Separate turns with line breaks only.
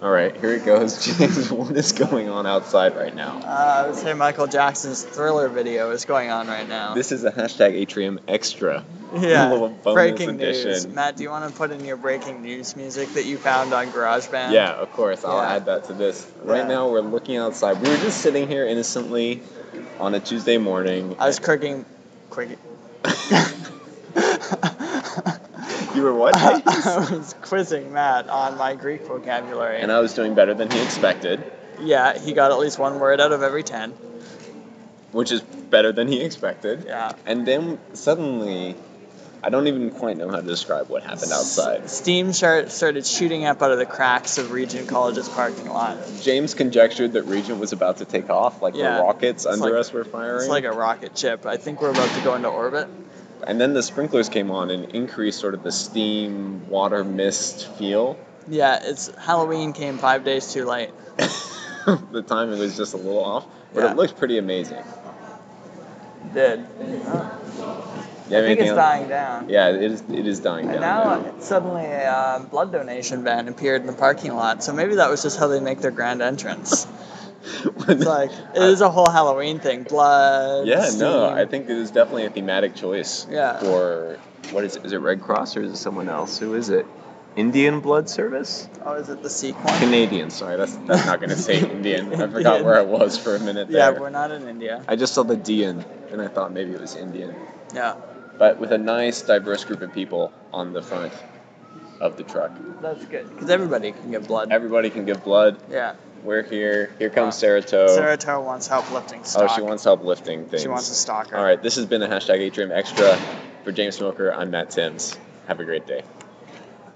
All right, here it goes. James, what is going on outside right now?
Uh, I would say Michael Jackson's Thriller video is going on right now.
This is a hashtag atrium extra. little
yeah,
bonus
breaking news.
edition.
Matt, do you want to put in your breaking news music that you found on GarageBand?
Yeah, of course. I'll
Yeah.
add that to this. Right
Yeah.
now, we're looking outside. We were just sitting here innocently on a Tuesday morning.
I was cooking. Quick.
you were what?
I was quizzing Matt on my Greek vocabulary.
and I was doing better than he expected,
yeah, he got at least one word out of every ten.
which is better than he expected.
Yeah.
And then suddenly, I don't even quite know how to describe what happened outside.
Steam shar- started shooting up out of the cracks of Regent College's parking lot.
James conjectured that Regent was about to take off, like
Yeah.
the rockets
It's
under
like-
us were firing.
It's like a rocket ship. I think we're about to go into orbit.
and then the sprinklers came on and increased sort of the steam, water, mist feel.
Yeah, it's Halloween came five days too late.
the timing was just a little off, but
Yeah.
it looked pretty amazing.
Did.
You have
I think
anything
it's
else?
dying down.
Yeah, it is. It is dying
And
down. now.
now suddenly a uh, blood donation van appeared in the parking lot. So maybe that was just how they make their grand entrance. It's like it is a whole Halloween thing. Blood.
yeah, no,
steam.
I think it is definitely a thematic choice.
Yeah.
For what is it? Is it Red Cross or is it someone else? Who is it? Indian Blood Service?
Oh, is it the sequel?
Canadian. Sorry, that's that's not gonna say Indian. I forgot where I was for a minute
Yeah,
there.
we're not in India.
I just saw the D in, and I thought maybe it was Indian,
Yeah,
but with a nice diverse group of people on the front of the truck.
that's good because everybody can get blood.
Everybody can give blood.
yeah.
We're here. Here comes
Wow.
Saratow.
Saratoga wants help lifting stock.
Oh, she wants help lifting things.
She wants a stalker.
All right, this has been the hashtag Atrium Extra. For James Smoker, I'm Matt Timms. Have a great day.